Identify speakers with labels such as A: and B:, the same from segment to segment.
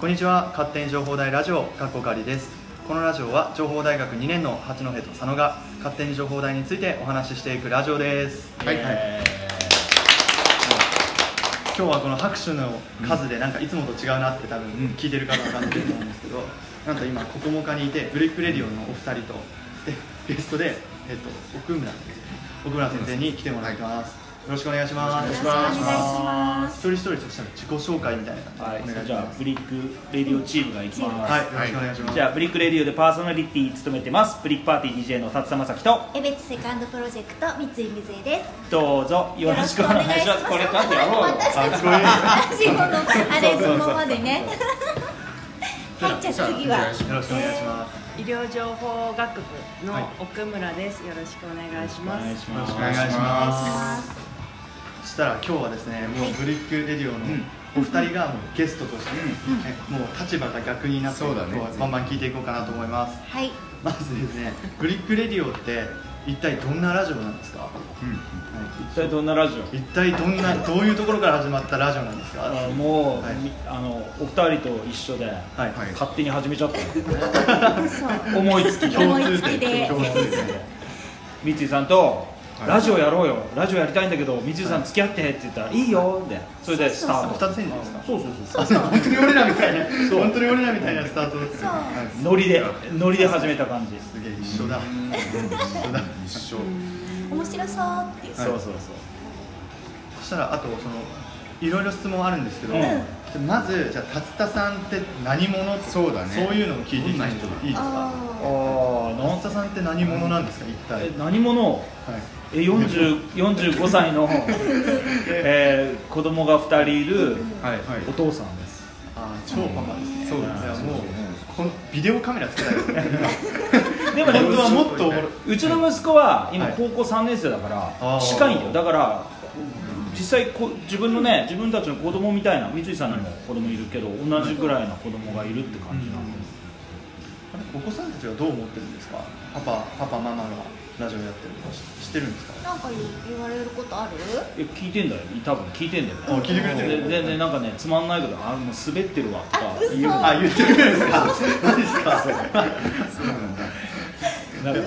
A: こんにちは勝手に情報大ラジオかっこかりですこのラジオは情報大学2年の八戸と佐野が勝手に情報大についてお話ししていくラジオです
B: はい
A: イエーイ今日はこの拍手の数でなんかいつもと違うなって多分
B: ん
A: 聞いてる方は感じてると思うんですけど、なんと今ここもかにいてブレイクレディオンのお二人とでゲストで、えっと、奥村先生奥村先生に来てもらってます、よろしくお願いします
B: よろしくお願いし
C: ま
A: 一人一人としたら自己紹介みたいな
C: はい
A: 感じでお願いし
C: じゃ
A: ま
C: あ
A: す
C: ブリックレディオチームがいきます、
A: はい、よろしくお願いします、
C: じゃあブリックレディオでパーソナリティ務めてますブリックパーティー DJ の達田正樹と
D: エベツセカンドプロジェクト三井瑞恵です。
C: どうぞよろしくお願いしますこれなんでやろうよ
D: 私
A: あ
D: た
A: すごい
D: ちの話のアレンジもまでね。はい、じゃあ次は。
A: よろしくお願いします
E: 医療情報学部の
A: はい
E: 奥村です、よろしくお願いし
C: お
E: ま
C: 願い
E: す
C: します
A: よろしくお願いしま
D: あ
A: そしたら今日はですねもうブリックレディオの
C: ん
A: お二人がもうゲストとして、ねもう立場が逆になって
B: そうだね
A: こうバンバン聞いていこうかなと思います
D: はい、
A: まずですねブリックレディオって一体どんなラジオなんですか、は
C: 一体どんなラジオ
A: い一体どんなどういうところから始まったラジオなんですか
C: あもう、
A: はい
C: みあのお二人と一緒で、
A: はい、
B: はい
C: 勝手に始めちゃった
D: そう。
C: の 思いつきで
D: 思いつきで。
A: 共通点
C: 三井さんと、
B: はい
C: ラジオやろうよラジオやりたいんだけど三井さん付き合ってって言ったらいいよってそれでスタート
A: 二つ目ですか
C: そうそうそう
D: そうそう。
A: 本当に俺らみたいな本当に俺らみたいなスタートですね
D: そう
A: はい
C: ノリでノリで始めた感じです
A: すげえ一緒だ
B: 一緒
D: 面白そうっていう。
A: はい
C: そうそ
A: そしたらあとそのいろいろ質問あるんですけど、
C: うん
A: じゃあまずじゃあ達田さんって何者とか
B: そうだね
A: そういうのも聞いていきたいんですけどいいですか
D: あ
C: ああな
A: 達田さんって何者なんですか一体、はい
C: え何者え40 45歳 の、えー子供が2人いる
B: はいはい
C: お父さんです
A: あー超パパですね
B: そうだね
A: いや
B: そう
A: もう
B: そう
A: このビデオカメラつけたい ですね
C: でもね
A: 本当はもっとおもろいう
C: ちの息子は今
A: はい
C: 高校3年生だか
A: あー
C: ら近いんだよだから実際こう自分のね自分たちの子供みたいな三井さんにも子供いるけど同じぐらいの子供がいるって感じなんです
A: お子さんたちはどう思ってるんですかパパパパママがラジオやってるの知知ってるんですか
D: ーなんか言われることある？
C: え聞いてんだよ多分聞いてんだよね
A: あ聞いてくれてる
C: でででなんかねつまんないけどあもう滑ってるわとか
D: あ嘘
C: 言う
A: あ言ってくれるんですか何ですか
B: そうなんだ
C: なんか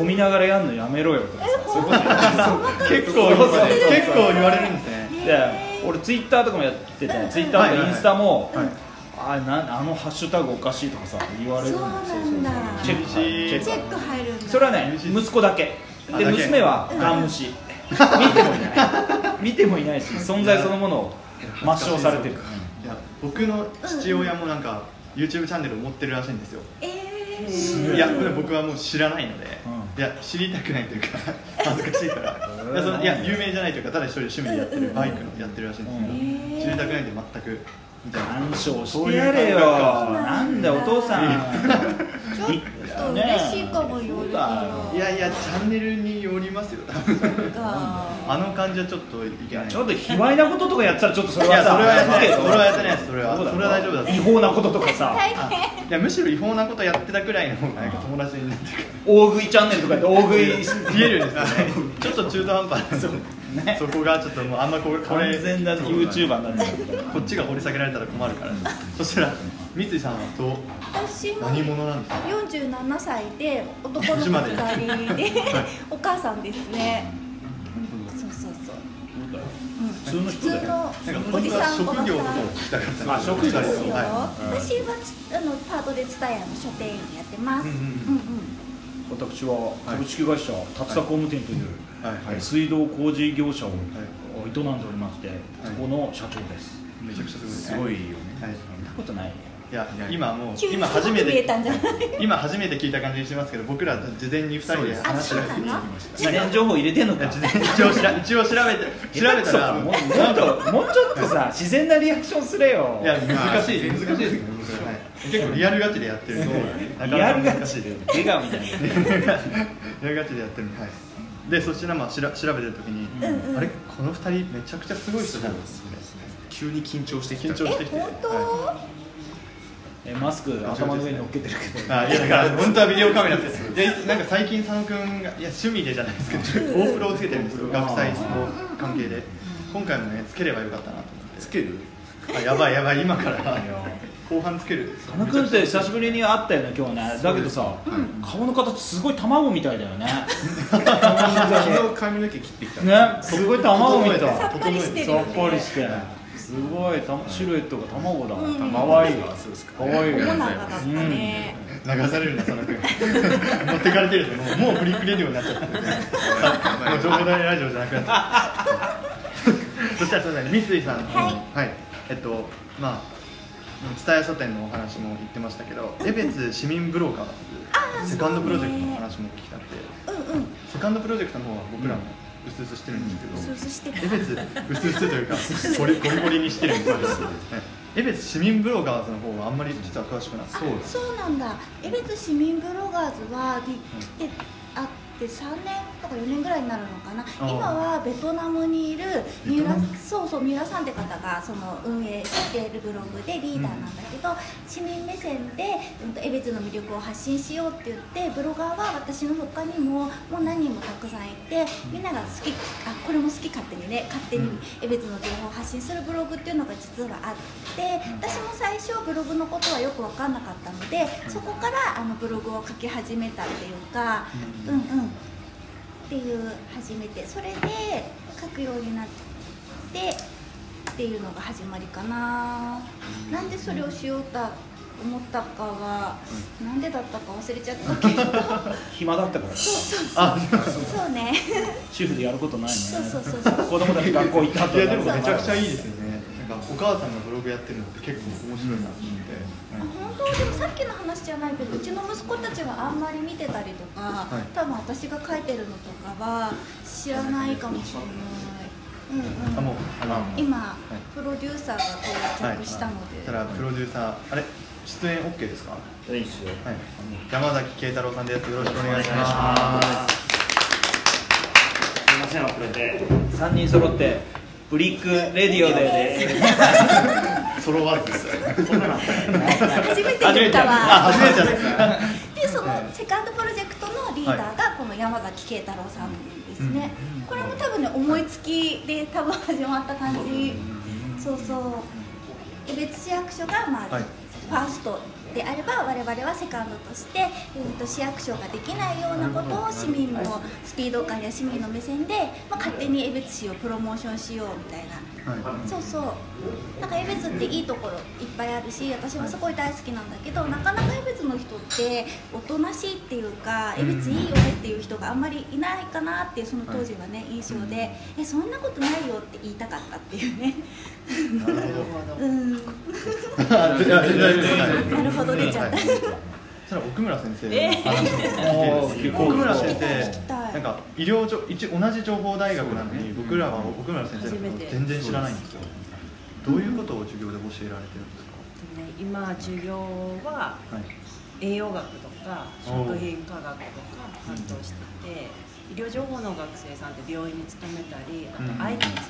C: 飲みながらやんのやめろよとかさそういうこと言う
A: 結構言われる結構言われるんですね
C: で俺ツイッターとかもやっててツイッターとかインスタも、
A: はい
C: あなあのハッシュタグおかしいとかさ言われる
D: そうなんだ
C: チェックチェッ
D: チ
C: ク
D: ェック入るんだ。
C: それはね息子だけ
A: あ
C: で
A: だけ
C: 娘はガン無視見てもいない見てもいないし存在そのものを抹消されてる
A: いや僕の父親もなんか YouTube チャンネルを持ってるらしいんですよ
D: ええ。
C: うん
A: いやこれ僕はもう知らないので、
C: う
A: いや知りたくないというか 恥ずかしいから
C: うん
A: いやそのいや有名じゃないというかただ一人で趣味でやってるバイクのやってるらしいんですけど、
C: うん
D: へー
A: 知りたくないんで全くみたいな
C: 干渉してやれよ
A: そういう感
C: なんだお父さん
D: ちょっと嬉しいかもよ。
C: そうだよ
A: いやいやチャンネルによりますよ多分
D: が。
A: あの感じはちょっといけない
C: ちょっと卑猥なこととかやってたらちょっとそれは
A: い
C: さ
A: やそれはやってないです
C: けど
A: それはやってないですそれは
C: うだよ
A: それは大丈夫だと
C: 違法なこととかさ
A: あいやむしろ違法なことやってたくらいの方がなんか友達になってく
C: 大食いチャンネルとかで大食い
A: る見えるんですよねちょっと中途半端 なそ,、
C: ね
A: こがちょっともうあんまこれこれ
C: 完全な YouTuber になっちゃう
A: こっちが掘り下げられたら困るから、そしたら三井さんはどう
D: 私も
A: 何者なんですか
D: 47歳で男の子2人でお母さんですねそうそうそう
C: 普通の
D: 普
C: 人
D: 通
C: だよ
D: の
A: なんか
D: お
A: 本
D: じ
A: 当
D: さ
A: は
D: んおばさ
A: 職
D: ん
A: 業のことを聞きたかった
C: あ職業
D: そうですよ、
A: は
D: 私はつあのパートで蔦屋の書店員やってます
A: う
D: うん
A: う
D: んうんん
A: うん
C: 私は株式会社達田工務店という
A: いはい、はい
C: 水道工事業者を営んでおりましてそこの社長です
A: めちゃくちゃすごいです
B: す
A: ね
B: ごいよ
A: は
B: ね
A: い、
C: そんなことない
A: いや今もう
D: 急に
A: 今
D: すご
A: 初
D: く
A: め
D: 見え
A: て
D: たんじゃない
A: 今初めて聞いた感じにしてますけど僕ら事前に2人で話してる
D: そうですあそうなの
C: 事前情報入れてんのか
A: 事前に一応しら一応調べて調べたら
C: もうも
A: なん
C: っ
A: と
C: ともうちょっとさ自然なリアクションすれよ
A: いや難しい
B: あ
A: 難
B: ー
A: しいですねはい結構リアルガチでやってるんでなか
C: リアル
A: な
C: ガ
A: か難し
C: チ
A: い
C: で笑顔みたいな
A: リアルガチでやってるんで、はい、でそちらまあしら調べてる時に、
D: うんうん
A: あれこの2人めちゃくちゃすごい人じゃん
B: 急に緊張してきた
A: 緊張してきて
D: え本当、
A: はい
C: えマスク頭の上に乗っけてるけど
A: あいやだから本当はビデオカメラですいやいつなんか最近佐野くんがいや趣味でじゃないですけど GoPro をつけてるんですよ学祭の関係で今回もねつければよかったなと思
B: つける
A: ってあやばいやばい今から後半つける
C: 田中君って久しぶりに会ったよね今日はねだけどさ顔の形すごい卵みたいだよね
B: 昨日髪の毛切ってきた
C: ねすごい卵みたい
A: 整えて
D: さっぱりしてる
C: さ
D: よ
C: っ
D: ね
C: ぱりしてすごいたシルエットが卵だ
D: うん
C: かわいい
B: あそうですか
C: かわいい
D: お
C: よ
D: もな
C: ね
D: がだ
A: 流
D: ったね、
A: されるな佐野君持ってかれてるよもうもうブリックレディオになっちゃったもう情報大ラジオじゃなくなっちゃったそしたらそうだね三井さん、
D: はい
A: えっとまあ蔦屋書店のお話も言ってましたけど江別市民ブローカー
D: あー
A: セカンドプロジェクトの話も聞きたくて
D: うんうん
A: セカンドプロジェクトの方は僕らもうすうすしてるんですけど、
D: スースしてた
A: エベツ薄々というかゴリゴリゴリにしてるみたいですエベツ市民ブロガーズの方はあんまり実は詳しくなくて
B: そうです
D: そうなんだ江別市民ブロガーズはできてあって3年とか4年ぐらいになるのかな
A: あー
D: 今はベトナムにいる三
A: ベトナ
D: 浦
A: ム
D: そうそう三浦さんって方がその運営しているブログでリーダーなんだけど、市民目線で、うんと、江別の魅力を発信しようって言ってブロガーは私の他にももう何人もたくさんいてみんなが好きあこれも好き勝手にね勝手に江別の情報を発信するブログっていうのが実はあって私も最初ブログのことはよく分かんなかったのでそこからあのブログを書き始めたっていうか、うんうん、っていう始めてそれで書くようになってっていうのが始まりかな、なんでそれをしようと思ったかは、なんでだったか忘れちゃったけど
C: 暇だったから
D: そうね
C: 主婦でやることない
D: そうそう
C: ね
D: そうそう
C: 子供たち学校行った後
A: い
C: だ
A: や
C: か
A: で
C: ら
A: もめちゃくちゃいいですよねなんかお母さんがブログやってるのって結構面白いなと思って、
D: あ本当でもさっきの話じゃないけどうちの息子たちはあんまり見てたりとか、
A: い
D: 多分私が書いてるのとかは知らないかもしれない、うんうん、
A: あもうあの
D: 今、
A: い
D: プロデューサーが到着したの
A: そし
D: で、
A: たらプロデューサーあれ出演 OK ですかはい
C: いいっすよ
A: い山崎慶太郎さんですよろしくお願いします
F: すみません遅れて
C: 3人揃ってブリックレディオで
A: ソロワークです
D: 初めて言ったわ
A: あ初めてやった
D: でそのセカンドプロジェクトのリーダーがこの山崎慶太郎さんですね、これも多分ね思いつきで多分始まった感じそうそうで別市役所がまあ、
A: はい
D: ファーストであれば我々はセカンドとして、うん、と市役所ができないようなことを市民のスピード感や市民の目線で、まあ、勝手に江別市をプロモーションしようみたいな
A: は
D: そうそうなんか江別っていいところいっぱいあるし私はすごい大好きなんだけどなかなか江別の人っておとなしいっていうか江別いいよねっていう人があんまりいないかなっていうその当時はね印象でえそんなことないよって言いたかったっていうね
A: いなるほど
D: うんな
A: あ全然全然
D: るほど出ちゃった
A: はいそしたら奥村先生の話も聞きたいです
C: えー
A: 奥村先
D: 聞き
A: 生
D: たい
A: なんか医療情一同じ情報大学なのに僕らは奥村先生のことを全然知らないんですよどういうことを授業で教えられてるんです
E: でね今授業は
A: かはい
E: 栄養学とか
A: おう
E: 食品科学とか担当してて医療情報の学生さんって病院に勤めたりあ
A: うん
E: と IT 使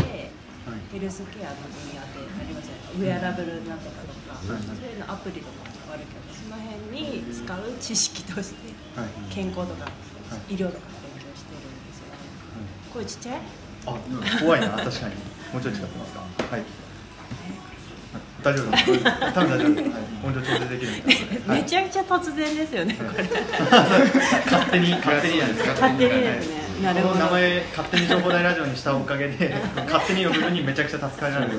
E: って
A: はい
E: ヘルスケアの分野でありますよねウェアラブルになってたとかそう
A: はい
E: いうのアプリとかもあるけどその辺に使う知識として
A: はい
E: 健康とか医療とか勉強してるんですよねこれちっちゃい
A: あ怖いな確かにもうちょい近くますかはい大丈夫です多分大丈夫ですはいもうちょい調整できるみたいなのでは
E: め
A: い
E: ちゃくちゃ突然ですよね、これ
A: 勝手に勝手にやるんですか
E: 勝手にですね、なる
A: こ
E: ほ
A: の名
E: ど、
A: 前勝手に情報大ラジオにしたおかげで勝手に呼ぶ分にめちゃくちゃ助かりながら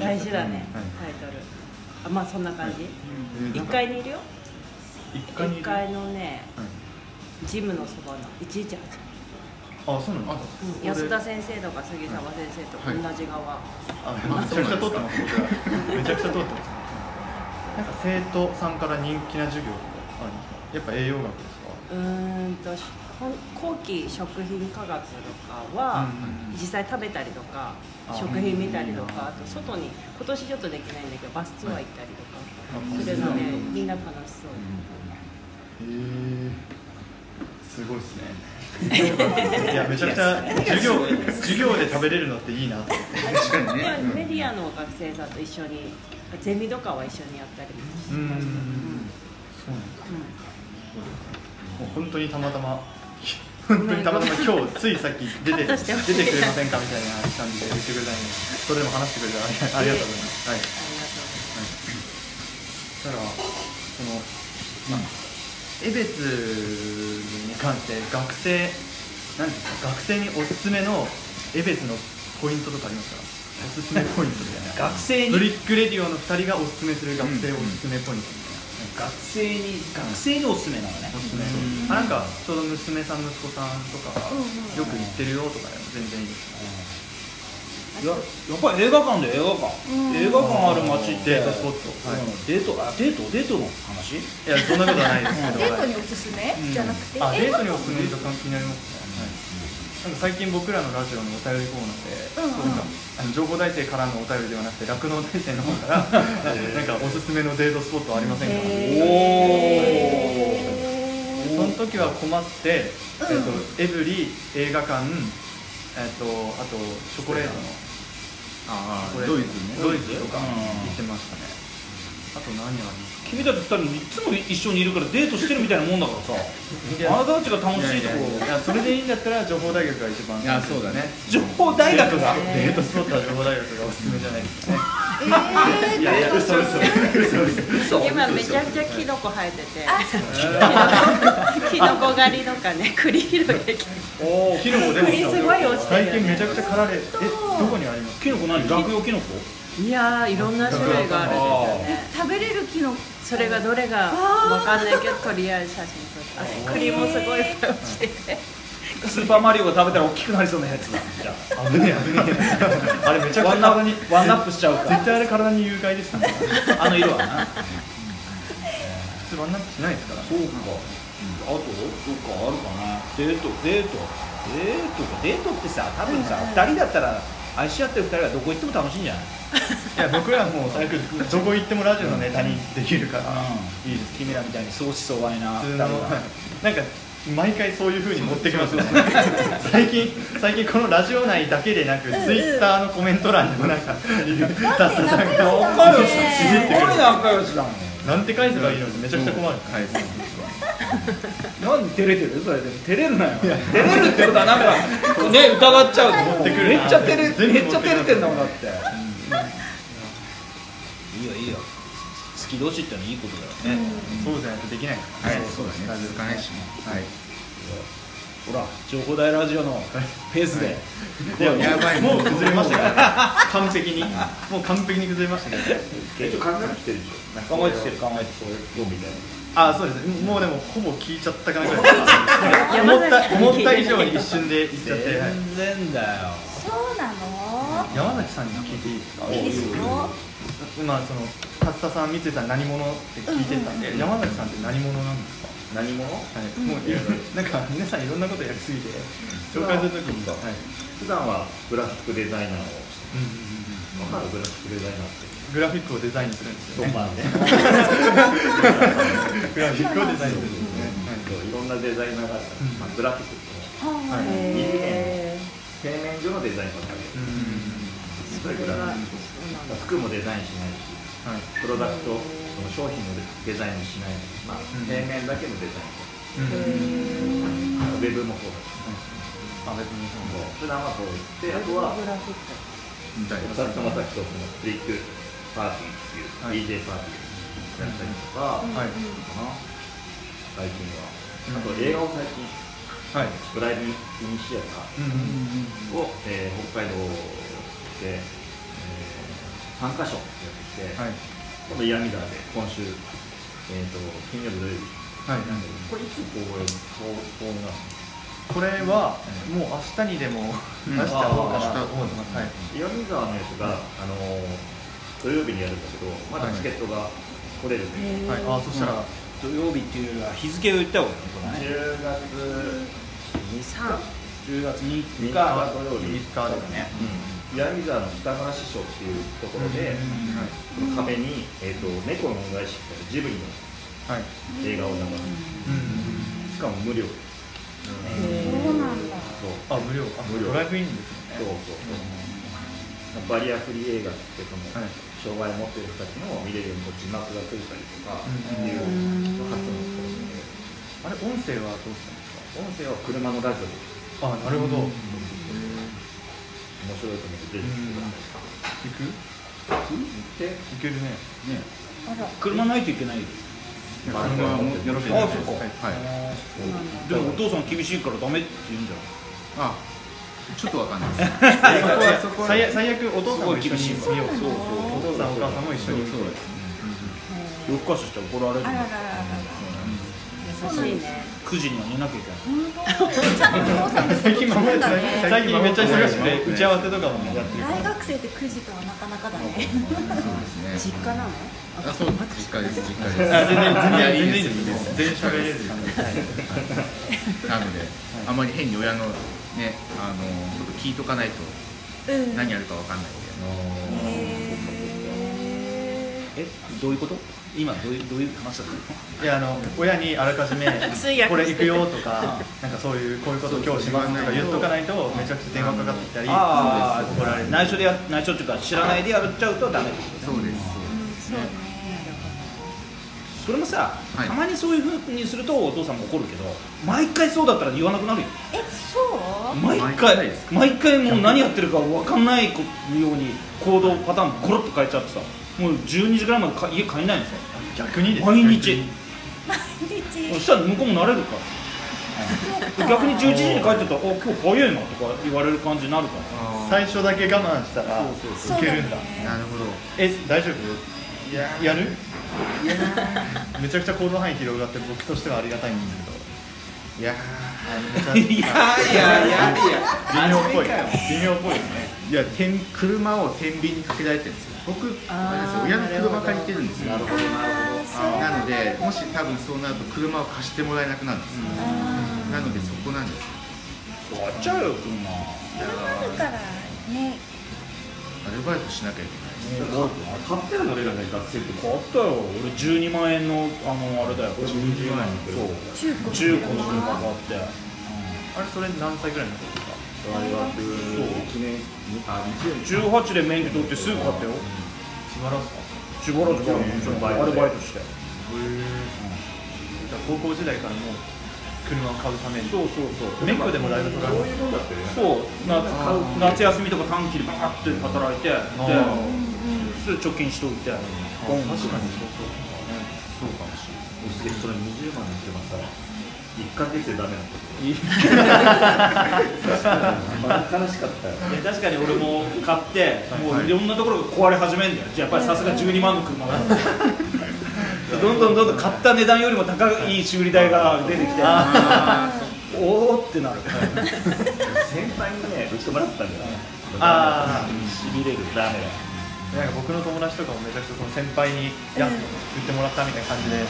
E: 大事だね、
A: はい
E: タイトル、あまあそんな感じ、
A: 一
E: 一1階にいるよ、
A: 一回に
E: 1階のね、
A: はい
E: ジムのそばの118、
A: あそうなんです
E: うん安田先生とか杉沢先生と同じ側、
A: かあめちゃくちゃ通ってます僕らめちゃくちゃ通ってますなんか生徒さんから人気な授業とかあるんですかやっぱ栄養学ですか
E: うーんとほん後期食品科学とかは、
A: うん
E: 実際食べたりとか
A: あ
E: 食品見たりとかあと外に今年ちょっとできないんだけどバスツアー行ったり
A: は
E: とか
A: い
E: するのでみんな楽しそう、
A: へえすごいですね いやめちゃくちゃ授業授業で食べれるのっていいなと思って
B: 確かに
E: で
B: ね
E: メディアの学生さんと一緒にゼミとかは一緒にやったりもし
A: うん
E: ました、
A: そうなんですもう本当にたまたま本当にた またま今日ついさっき出て
E: カットしてほしい
A: 出てくれませんかみたいな感じで言ってくれたのにそれでも話してくれてありありがとうございます、はい
E: あ
A: したらこ
E: りがとうございます
A: の江別に関して学生なんですか学生におすすめの江別のポイントとかありますか おすすめポイントみたいな
C: 学生
A: ブ
C: に
A: リックレディオの2人がおすすめする学生おすすめポイント
C: 学生に学生におすすめなの
A: みた
C: ね
A: いな、おすすめあなんかちょうど娘さん息子さんとかがよく行ってるよとかでも全然いいです
C: ややっぱり映画館で映画館、
D: うん
C: 映画館ある街っ
A: デ
C: て
A: ートスポットはい
C: うんデートあデートデートの
A: い
C: 話
A: やそんなことはないですけど
D: デー
A: は
D: ト
A: い
D: におすすめ、じゃなくて
A: あデ
D: え
A: ートにおすすめの感気になりますね、はい、なんか最近僕らのラジオのお便りコーナーで、
D: うん
A: な
D: うん
A: んかあの情報大生からのお便りではなくて酪農大生の方からなんかおすすめのデートスポットありませんか、
D: へー
A: その時は困って、
D: うん
A: えっとエブリ映画館、えっとあとチョコレートの
B: あ
A: チョコレート
B: ド
A: の
B: イツ
A: ド
B: ね
A: イツとか
C: うん
A: 行ってましたね、あと何あります
C: 君たち二人いつも一緒にいるからデートしてるみたいなもんだからさ
A: いや
C: あなたたちが楽しいとこ
A: いやそれでいいんだったら情報大学が一番
B: いやそうだね
C: 情報大学が
A: デートスポットは情報大学がおすすめじゃないですかね
D: えー
A: いやいや嘘嘘
E: 今めちゃくちゃキノコ生えて
D: あ
E: て、キノコ狩りとかね、 栗拾いできる。
A: おおキノコでも
E: 栗すごい落ちて
A: 最
E: る
A: 近
E: よ
A: め
E: ね
A: ちゃくちゃ狩られえどこにあります
C: キノコ何落葉キノコ
E: いやー、いろんな種類があるんですよね。
D: 食べれる木の
E: それがどれがわかんないけど、とりあえず写真撮って。栗もすごいいっぱい落ちてて。
C: スーパーマリオが食べたら大きくなりそうなやつだじゃ
A: 危ねえ危ね えあれめちゃくち
C: あ
A: ゃ
C: ワンナッ
A: 体に
C: プワンナップしちゃうか
A: 絶対あれ体に有害ですね
C: あの色はな
A: 普通ワンナップしないですから
C: そうか、あとどっかあるかなデートデートデートかデートってさ多分さ、二2人だったら愛し合ってる2人がどこ行っても楽しいんじゃない
A: いや僕らもう最悪どこ行ってもラジオのネタにできるから
C: いいです君らみたいに相思相愛な
A: 普
C: 2
A: 通
C: 人
A: の
C: が
A: なんか毎回そういう風に持ってきますよね最近最近このラジオ内だけでなくツイッターのコメント欄でもなんかダ スさんが
D: 仲良しだ
A: いじって
D: ね
A: くる
C: すごい仲良しだもん
A: なんて返せばいいのってめちゃくちゃ困る
B: はいそう
C: なんで照れてるそれでも照れるなよ照れるってことは なんかね疑っちゃうと
A: 持ってくる
C: めっちゃ照れ
A: 全部持ってくる
C: めっちゃ照れてんだもんだって、いいよいいよ好き同士ってのはいいことだよね、
A: そうじゃないとできないからね
B: そうだね続かないしねはい
C: ほら情報大ラジオのペースで、
A: いや
B: やばい
A: もう崩れましたから、ね、完璧にもう完璧に崩れましたけどね
F: 一応考えてきてるでしょ
C: 考えてきてる考えてきてる
F: どうみたいな
A: あそうですもうでもほぼ聞いちゃった感じです思った思った以上に一瞬でいっちゃって、はい
C: 全然だよ
D: そうなの
A: 山崎さんに聞いていいですか
D: いいですよ
A: 今その勝田さん三井さん何者って聞いてたんで、山崎さんって何者なんですか
F: 何者
A: はい、もういろいろなんか皆さんいろんなことやりすぎて紹介するときに、はい
F: 普段はグラフィックデザイナーを
A: うんうん
F: わかるグラフィックデザイナーって
A: うん、グラフィックをデザインするんですよね
F: ね
A: グラフィックをデザインするんですね、はい
F: いろんなデザイナーがあるからまあグラフィックって
D: は
A: はい
D: い
E: へ
F: いうのは製麺所のデザインばっかり
A: うんうん
E: ー
F: それぐ
E: は
F: らい服もデザインしないし
A: うんはい
F: プロダクトその商品のデザインもしないま
A: う
F: あ
A: ん
F: 平面だけのデザ
A: うんうん
F: インウェブもそうだし
A: あ別に
F: こう普段はこうであとは
E: グラフィック
B: みたい
F: 佐々木正樹とそのフリックパーティーっていう DJ パーティーだったりとか、
A: そうはい
F: かな最近
A: う
F: は、
A: ん
F: あと映画を最近
A: はい
F: ブライブインシアタ
A: うんうん
F: ーを、えー北海道で、え3カ所やってきて、
A: はい
F: 今度ヤミダーで今週、えー、と金曜日土曜日
A: はい
F: これいつ公演公公演が
A: これはもう明日にでも出しちゃおうかなと思ってますはい
F: 岩見沢のやつが、あのー土曜日にやるんだけどまだチケットが取れるんで、
A: はいあそしたら
C: 土曜日っていうよりは日付を言った方がいいねこれね
F: 10月
E: 二三。
C: 10月3日
F: 3日土曜
A: 3日
F: 日
A: ですね
F: 岩見沢の北川師匠っていうところで、壁に、えー、と猫の恩返しってジブリの
A: はい
F: 映画を流
A: うんうん
F: すしかも無料、
D: そうなんだ
F: そ
A: あ
F: う
A: 無料あ
F: 無料
A: ドライブインです
F: そうそうそうバリアフリー映画ってその、
A: はい
F: 障害を持ってる人たちの見れるようにこう字幕がついたりとかっていう発想のとこ
A: あ
F: ろで
A: れ音声はどうしたんです
F: 音声は車のラジオで
A: かあなるほど行
F: 面白いと思ってぜひ来
A: く
F: てください
A: 行ける
F: で
A: ね
B: ね
D: ら
C: 車ないといけないよ
B: いや車はもうよろしいです
C: あそっか
B: はいはい
E: そうなん
C: で
E: だ
C: もお父さん厳しいからダメって言うんじゃ
B: あちょっとわかんないで
C: ん
B: すそこはそこは
A: 最悪最悪お父さんも一緒に見よう
D: すごい厳しい
A: お父さんお母さんも一緒に見よう
B: そうですね
C: 夜更かししたら怒られる
D: あらららら
E: 優しいね
C: 9時には寝なきゃいけない
D: 本当ちゃんとお父さんも
A: 最
D: 仕事
A: 近
D: するんだね
A: 最近めっちゃ忙しくて打ち合わせとかもやってる
D: 大学生って9時とはなかなかだね
B: そうです
E: 実
B: ね
E: 家な
B: あ
E: の
B: そう実家です実家です
A: あ全然全然
B: いやいいです
A: 全然いいです
B: いいで
A: 全然喋れる
B: す実家ですはいなのであまり変に親のねあのこと聞いとかないと
D: うん
B: 何やるかわかんないんで
D: へ
C: えどういうこと今どういうどういう話だったの
A: いやあの親にあらかじめ
E: 通訳して
A: これ行くよとかなんかそういうこういうこと今日しますとか言っとかないとめちゃくちゃ電話かかってきたり
C: あ
A: 怒られ
C: あ
A: る
C: 内緒でや内緒っていうか知らないでやっちゃうとダメってことね
B: そうですそ
D: ーうんそう
B: う
D: ね
C: それもさ、
B: はい
C: たまにそういうふうにするとお父さんも怒るけど毎回そうだったら言わなくなるよ
D: えそう
C: 毎
B: 毎
C: 回
B: 回
C: 毎回もう何やってるか分かんないこように行動パターンゴロッと変えちゃってさもう12時ぐらいまでか家帰んないんですよ
A: 逆にです
C: 毎日
D: 毎日
C: そしたら向こうも慣れるから逆に11時に帰ってたら「あ今日早いな」とか言われる感じになるから
A: 最初だけ我慢したら
D: そう
A: いけ
D: だね
A: るんだ
B: なるほど
A: え大丈夫ややるめちゃくちゃ行動範囲広がって僕としてはありがたいんです
B: いや
A: けどめちゃ
C: いやいやいやいや
A: 微妙っぽい微妙っぽいですね
B: ーいやてん車を天秤にかけられてるんですよ僕
E: あー
B: あれですよ親の車借りてるんですよ
D: あーそれ
B: なのでもし多分そうなると車を貸してもらえなくなるんですよ
D: あ
B: なのでそこなんですよ
C: 終わっちゃうよ車
D: ー車あるからね
B: アルバイトしなきゃいけない
F: 買ったよね俺らね学生って
C: 買ったよ俺12万円のあのあれだよ
F: 20万円の
D: 中
F: 車
D: 古
C: 中古の車買って
A: あれそれ何歳ぐらいの時ですか
F: 大学1年あ1年
C: 18で免許取ってすぐ買ったよ
A: しばらくですか
C: しばらくからもちろんアルバイトして
A: へえじゃあ高校時代からもう車を買うために
C: そうそうそう
A: メイクでもライブとか
F: そういうもんだってね
C: そう夏夏休みとか短期でバーって働いてでそれ貯金しといて
A: 確かにそうそう
B: そうかもしれ
F: でそれ20万の車さ1ヶ月でダメなのバカ悲しかったよ
C: で確かに俺も買ってもういろんなところが壊れ始めるんだよじゃあやっぱりさすが12万の 車だどんどんどんどん買った値段よりも高い修理代が出てきておーってなる
F: 先輩にねぶち込まれてたんだよ
A: あ
F: しびれるダメだ
A: なんか僕の友達とかもめちゃくちゃその先輩にやっと言ってもらったみたいな感じで、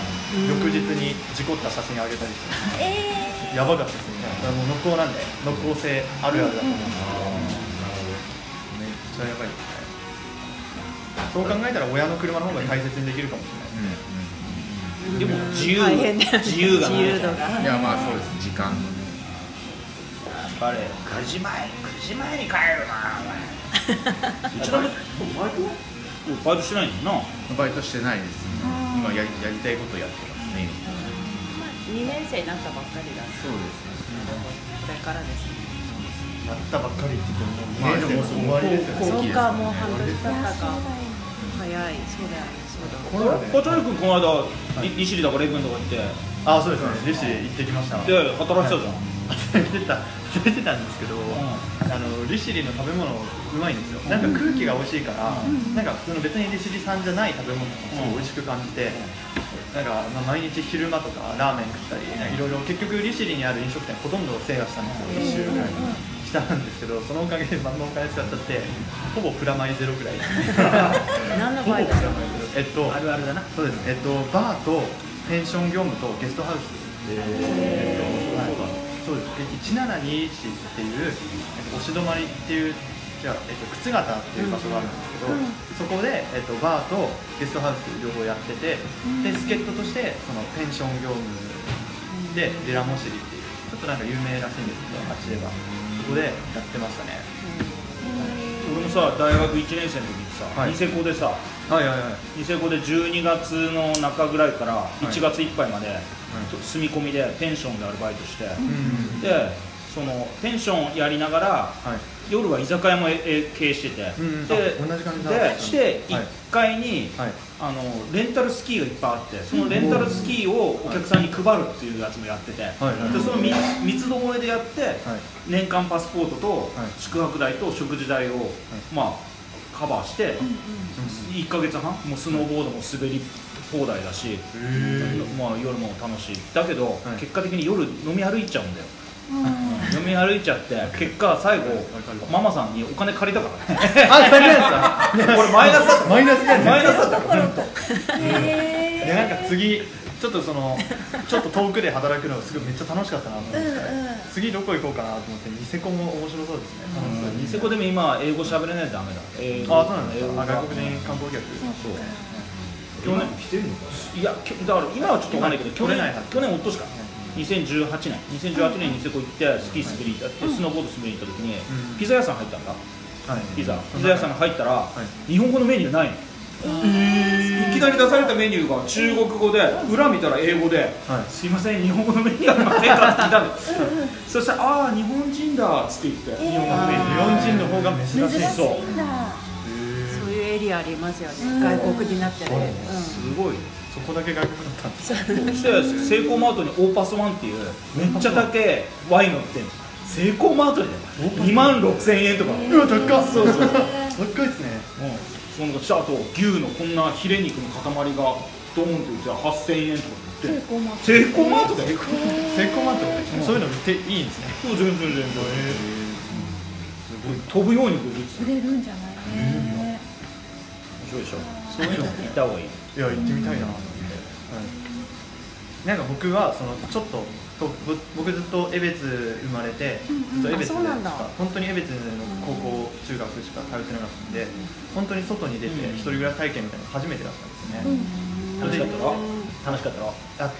A: 翌日に事故った写真あげたりして、
D: えー
A: やばかったですね、だからもう濃厚なんで、濃厚性あるあるだと思うんですけど、めっちゃや
B: ない
A: ばいですね。そう考えたら親の車の方が大切にできるかもしれないです
C: でも自由
E: 大変だよね
C: 自由がない
E: 自由度が
B: うんうんいやまあそうですね時間のね
C: あれ9時前9時前に帰るなお 前うちの息子
F: バイクは
C: バイトしてないんだよな
B: バイトしてないです、ね、今やりやりたいことやってますね
E: 2年生になったばっかりだ
B: そうですね
E: これからですね
A: やったばっかりって言っても、
B: まあ
A: ねでも
B: でも
A: 終わりですよね。
B: 後期
E: そう
B: です
E: かもう半年経
D: い
E: っ
D: やそうだ
E: たか
D: よ
E: 早いそうだよねそうだ
A: コロナで
C: 小谷君この間、い、利尻だかレイ君とか行って
A: あ、そうですね、利子行ってきました。
C: で働いてたじゃん、
A: 出てた出てたんですけど、あの利尻の食べ物うまいんですよ、なんか空気が美味しいから、なんか普通の別に利尻産じゃない食べ物もすごい美味しく感じて、なんか、まあ、毎日昼間とかラーメン食ったりいろいろ結局利尻にある飲食店ほとんど制覇したんですよ一周ぐらいしたんですけどそのおかげで万能お金使っちゃってほぼプラマイゼロぐ らい
E: 何のバイトだろ
A: えっと
C: あるあるだな
A: そうですねえっとバーとペンション業務とゲストハウスそうですで1721っていう、えっと、おしどまりっていうじゃあ、えっと、靴形っていう場所があるんですけど、そこで、えっと、バーとゲストハウス両方やってて、で助っ人としてそのペンション業務でデラモシリっていうちょっとなんか有名らしいんですけどあっちではそこでやってましたね
C: 俺もさ大学1年生の時にさ、
A: はい
C: ニセコでさ
A: はいはいはい
C: ニセコで12月の中ぐらいから
A: い
C: 1月いっぱいまで、住み込みでペンションでアルバイトして、
A: うん
C: でそのペンションやりながら
A: はい
C: 夜は居酒屋もええ経営してて、
A: うん
C: で
A: あ同じ感じだ
C: でして
A: はい
C: 1階に、
A: はい
C: あのレンタルスキーがいっぱいあってそのレンタルスキーをお客さんに配るっていうやつもやってて、
A: はい
C: でそのみ三つどもえでやって、年間パスポートと宿泊代と食事代を、まあカバーして、1か月半もうスノーボードも滑り放題だし、まあ、夜も楽しいだけど、結果的に夜飲み歩いちゃうんだよ飲み歩いちゃって結果最後ママさんにお金借りたからね
A: あ、足りないや
C: 俺マイナスだっ
A: つだマイナスだ
C: たマイナスだった
D: ところと。へ
A: いやなんか次ちょっとそのちょっと遠くで働くのがすごいめっちゃ楽しかったなと思って、
D: うんうん
A: 次どこ行こうかなと思ってニセコも面白そうですね楽しそう
C: ニセコでも今英語喋れないとダメだ英語
A: あそうなんです
C: 英語
A: か
C: が
A: あ外国人観光客
D: そうか
C: 去年
F: 来てるのか
C: いやきょだから今はちょっとわかんないけど
A: 取
C: 去年
A: れないはず
C: 去年おっとしか2018年2018年ニセコ行ってスキー滑り行ってスノーボード滑り行った時に
A: うん
C: ピザ屋さん入ったんだ
A: はい
C: ピザピザ屋さんが入ったら
A: い
C: 日本語のメニューないのいきなり出されたメニューが中国語で裏見たら英語で「すいません日本語のメニューありませんか?」って聞いたの そしたら「ああー日本人だ」っつって言って
D: えー
C: 日本語のメニュー
A: 日本人の方が珍しい
D: 珍し
C: そう
D: いんだ。
E: そういうエリアありますよね、
D: うん
E: 外国になってね、うん
A: すごいそこだけ外国だったんです
C: そしてセイコーマートにオーパスワンっていうめっちゃ高いワインの売ってんのセイコーマートで2万6000円とか、
A: うわ高っ
C: そうそう
A: 高いですね
C: うん、そのあと牛のこんなヒレ肉の塊がドーンって売って8000円とかで売って
D: コマー
C: セイコーマートだよ
A: セイコーマートってそういうの見ていいんですね
C: そう全然全然飛ぶように売れるっつって
D: 売れるんじゃないね。
C: 面白いでしょそういうのも行った方がいい
A: いや行ってみたいなと思って、はい、なんか僕はそのちょっととぼ僕ずっと江別生まれてずっと江別
E: あそうなんだ
A: 本当に江別の高校中学しか通ってなかったんで本当に外に出て
C: うん
A: 一人暮らし体験みたいなの初めてだったんですよね、
C: 楽しかったろ楽しかったろ
A: あ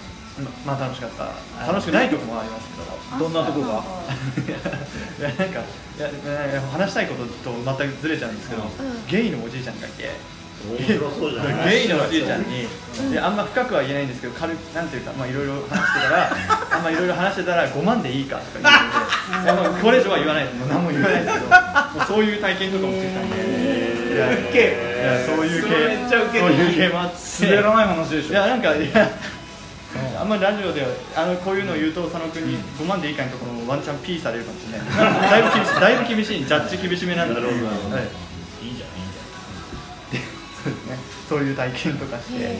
A: まあ楽しかった楽しくないとこもありますけど
C: どんなとこが
A: いや なんかいやいや話したいことと全くずれちゃうんですけど、ゲイのおじいちゃんがいて
F: 面白そうじゃない
A: ゲイのおじいちゃんに、であんま深くは言えないんですけど軽くなんていうかまあいろいろ話してた らあんまいろいろ話してたら5万でいいかとか言 ってていやもうこれ以上は言わないもう何も言わないですけどもうそういう体験とかもしてきたんでいや
C: ウケる
A: いやそういう系
C: それめっちゃウケる
A: そういう系もあって
C: 滑らない話でし
A: い
C: ょ
A: やなんかいやあんまりラジオではあのこういうのを言うと佐野君に5万でいいかのところもワンチャン P されるかもし れないだいぶ厳しいだいぶ厳しいジャッジ厳しめなんだろうがはい
C: いいじゃんいいじゃん
A: そうですねそういう体験とかして、はい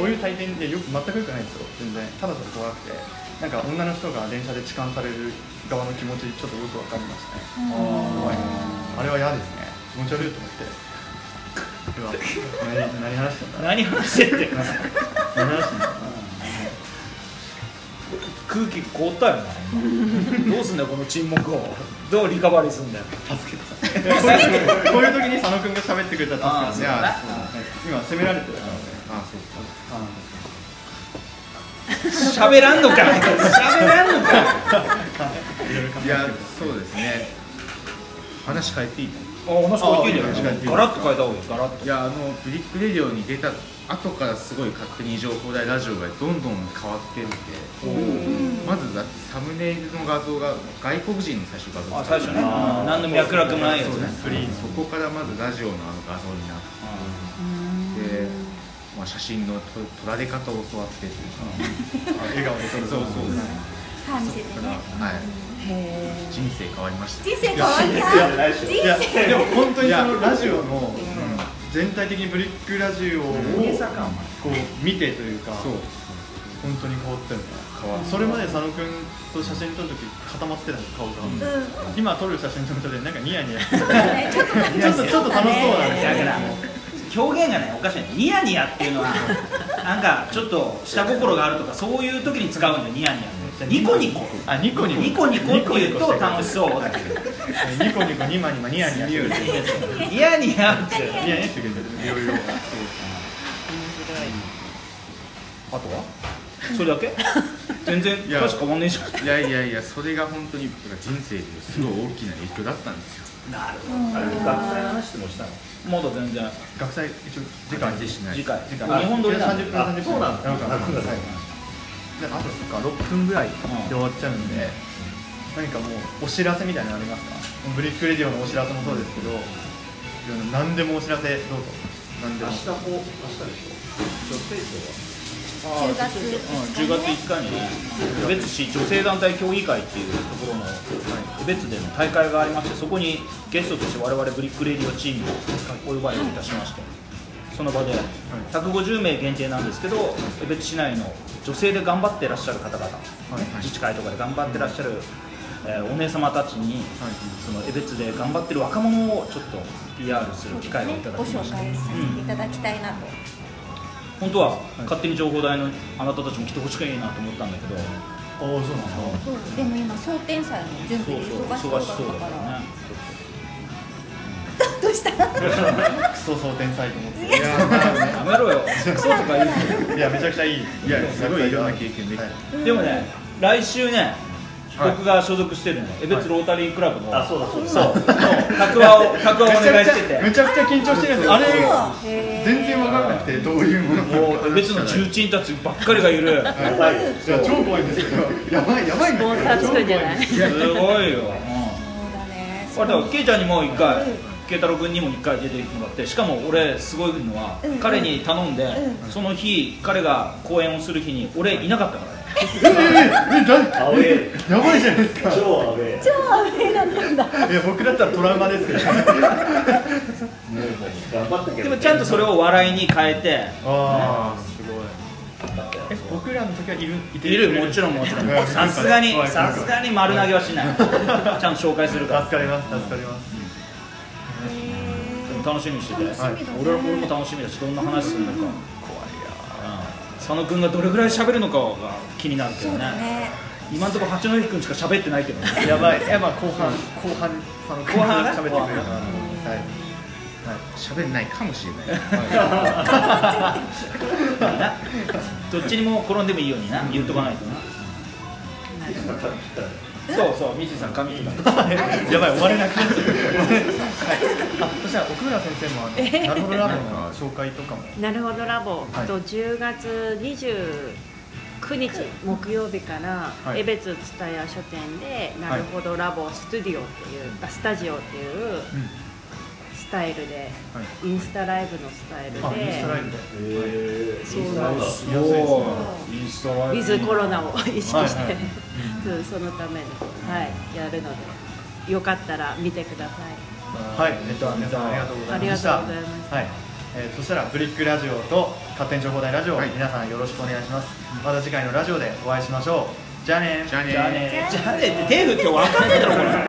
A: そういう体験でよく全く良くないんですよ全然ただただ怖くてなんか女の人が電車で痴漢される側の気持ちちょっとよくわかりましたね怖いあれは嫌ですね気持ち悪いと思ってうわ何何話してんだ
C: 何話してって
A: 何話してんだ
C: 空気凍ったよねどうすんだよこの沈黙をどうリカバリーすんだよ
A: 助けてこういうこういう時に佐野君が喋ってくれたら
B: あー
A: 助け
B: じ
A: て
B: ゃあ
A: 今責められてるからね
B: あそうか
C: 喋らんのか喋らんのか
B: いやそうですね話変えていい
C: あ話変えていいん
B: あ
C: じ
B: 話
C: ゃな
B: 変えて
C: い
B: いいです
C: ガラッと変えた方がいいガラッと
B: いやあのブリックレディオに出た後からすごい勝手に情報大ラジオがどんどん変わってってまずだってサムネイルの画像が外国人の最初画像
C: あ最初ね何の脈絡もないやつ
B: そう
C: ね
B: ねフリーそこからまずラジオのあの画像になってで、まあ、写真のと撮られ方を教わってっていうか笑顔で撮るそうそうですね
D: 歯見せて
B: だか
D: ね。
B: らはい人生変わりました
D: 人生変わった。人
A: いや
D: 生。
A: でも本当にそのラジオの全体的にブリックラジオをこう見てというか
B: そう
A: 本当に変わったよね
B: 変わった
A: それまで佐野君と写真撮る時固まってたの顔が
D: うん。
A: 今撮る写真との人でなんかニヤニヤ
D: そうだね。ちょっと楽し
A: ちょっとちょっと楽しそうだ
C: だか
A: ね
C: ら表現がねおかしいねニヤニヤっていうのはなんかちょっと下心があるとかそういう時に使うんだよニヤニヤニコニコ
A: あニコニコ
C: ニコニコって言うと楽しそうだけど
A: ニコニコニマニマニヤニヤしてくれてる
C: ニヤニヤって
A: ニヤニヤしてくれてるいろいろ
C: あとはそれだ け全然
B: いや
C: 確か変わんねえじゃん
B: いやいやいやそれが本当にだから人生ですごい大きな影響だったんですよ
C: なる
F: あれ学生の話もしたの
C: ほどまだ全然
A: 学祭一応次回
B: しない
C: 次回
A: 次
C: 日
A: 回
C: 本撮りなんだ
A: 30分30分
F: そうなんだ
A: なんかなんかであとそっか6分ぐらいで終わっちゃうんで、何かもうお知らせみたいなのありますかブリックレディオのお知らせもそうですけどいろいろ何でもお知らせどうぞなんで
F: 明
A: も
F: 日こう、明日でしょ。
D: 10月
C: 10月5日に江別市女性団体協議会っていうところの江別での大会がありましてそこにゲストとして我々ブリックレディオチームをお呼ばれをいたしましてその場で150名限定なんですけど江別市内の女性で頑張ってらっしゃる方々自治会とかで頑張ってらっしゃるえーお姉様たちにその江別で頑張ってる若者をちょっと PR する機会をいただき
D: ご
C: まし
D: 紹
C: た
D: 介させていただきたいなと、
C: 本当は勝手に情報台のあなたたちも来てほしくないなと思ったんだけど、
A: ああそうなんだ
D: そうでも今争点祭の準
C: そう
D: 備で忙し
C: そ
D: そうう
C: 忙し
D: だっ
C: そうだ
D: た
C: か
D: からら
C: ね
D: どうした
A: クソ蒼天祭と思って
C: やめろよクソとか言
A: い
C: う
A: やめちゃくちゃいい
B: いやすごいいろんな経験できた
A: はい
C: なでもね来週ね
B: はい
C: 僕が所属してるね江別ロータリークラブの
F: あ、そうだそうだ。
C: そうの宅話を宅話をお願いしてて
A: めちゃくちゃ緊張してるんですあれ
D: へー
A: 全然わかんなくてどういうものか
C: もう江別の重鎮たちばっかりがいる
F: はい
A: いや超怖いんですけどやばいやばいんですけど
E: スポンサーつくんじゃない
C: すごいよ、うん
D: そうだね
C: あだからケイちゃんにも1回慶太郎君にも1回出てもらってしかも俺すごいのは、
D: うん
C: 彼に頼んで、
D: う
C: その日彼が公演をする日に俺いなかったからね
F: アウェー。
A: やばいじゃないですか
F: 超アウェー。
D: 超アウェーだったんだ
A: いや僕だったらトラウマですけど
F: 頑張ったけ
C: で
F: ど。
C: もちゃんとそれを笑いに変えて
A: ああすごいえ僕らの時はいるいて
C: いるもちろんもちろんさすがにさすがに丸投げはし ないちゃんと紹介するから
A: 助かります助かります
C: でも楽しみにしてて、
D: 楽しみだね
C: 俺俺も楽しみだしどんな話するのか怖いや、うん佐野君がどれぐらい喋るのかが気になるけど
D: そう
C: ね
D: だね
C: 今のところ八戸君しか喋ってないけどね
A: やばいいやまあ後半後半その
C: 後半ね
A: 喋ってくれるかな
C: 後半
A: はい
B: 喋んないかもしれない
C: などっちにも転んでもいいようにな言っとかないとなそうそうミシさん髪切った
A: やばい、終われなくなっちゃう。はい、そしたら奥村先生も、あのなるほどラボの紹介とかも。
E: なるほどラボ、
A: はい
E: と10月29日木曜日から
A: はい
E: 江別蔦屋書店で、なるほどラボスタジオっていうあスタジオってい
A: う
E: う
A: ん
E: スタイルで、
A: は
E: インスタライブのスタイル
A: あ、インスタライブ
E: で
A: で。
F: えー。
E: そうなんです
A: 見やすいですね
C: インスタラ
E: ウィズコロナを意識して、
A: はいはい
E: うん そのために、はい、やるのでよかったら見てくだ
A: は
E: さい
A: い、ネタ、ネタ、ありがとうござ
E: あ
A: い
E: り
A: ま
E: が
A: し
E: とう
A: た。
E: ございます
A: はい、えーそしたら、ブリックラジオと勝手に情報大ラジオ、皆さんよろしくお願いします。また次回のラジオでお会いしましょう。じゃあね。
B: じゃあね
C: じゃあねじゃあねって手振って分かんないだろこれ